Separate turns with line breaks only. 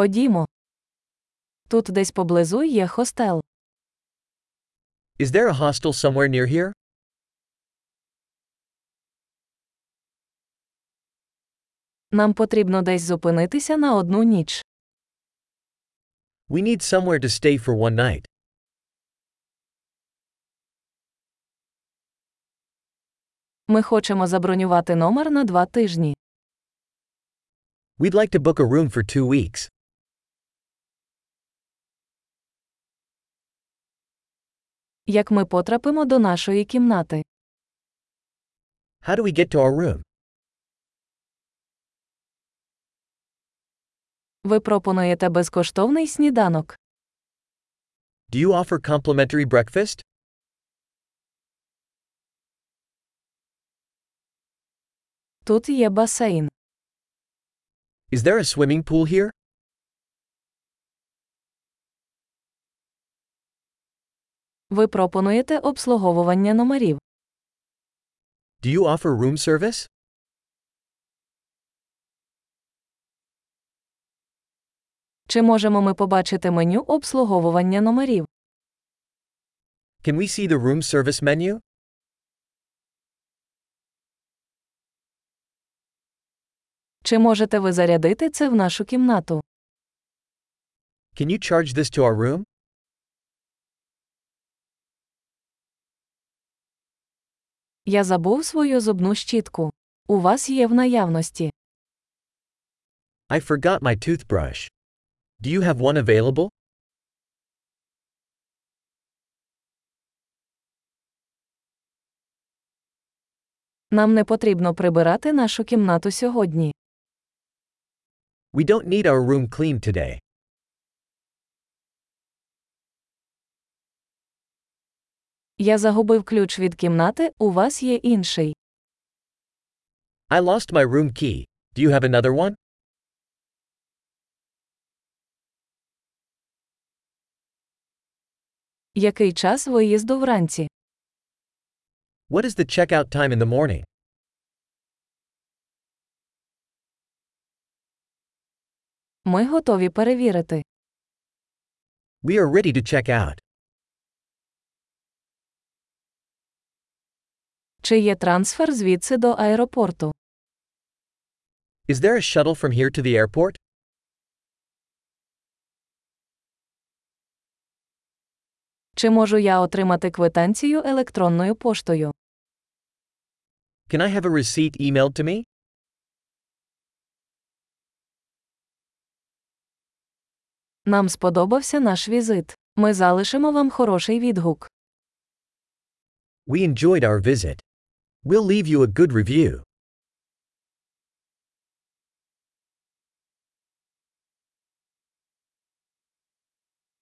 Ходімо. Тут десь поблизу є хостел.
Is there a hostel somewhere near here?
Нам потрібно десь зупинитися на одну ніч.
We need somewhere to stay for one night.
Ми хочемо забронювати номер на два тижні.
We'd like to book a room for two weeks.
Як ми потрапимо до нашої кімнати?
How do we get to our room?
Ви пропонуєте безкоштовний сніданок.
Do you offer complimentary breakfast?
Тут є басейн.
Is there a swimming pool here?
Ви пропонуєте обслуговування номерів.
Do you offer room service?
Чи можемо ми побачити меню обслуговування номерів?
Can we see the room service menu?
Чи можете ви зарядити це в нашу кімнату?
Can you charge this to our room?
Я забув свою зубну щітку. У вас є в наявності.
I forgot my toothbrush. Do you have one available?
Нам не потрібно прибирати нашу кімнату сьогодні.
We don't need our room cleaned today.
Я загубив ключ від кімнати, у вас є інший.
I lost my room key. Do you have another one?
Який час виїзду вранці?
What is the checkout time in the morning?
Ми готові перевірити.
We are ready to check out.
Чи є трансфер звідси до аеропорту?
Is there a shuttle from here to the airport?
Чи можу я отримати квитанцію електронною поштою?
Can I have a receipt emailed to me?
Нам сподобався наш візит. Ми залишимо вам хороший відгук.
We enjoyed our visit. We'll leave you a good review.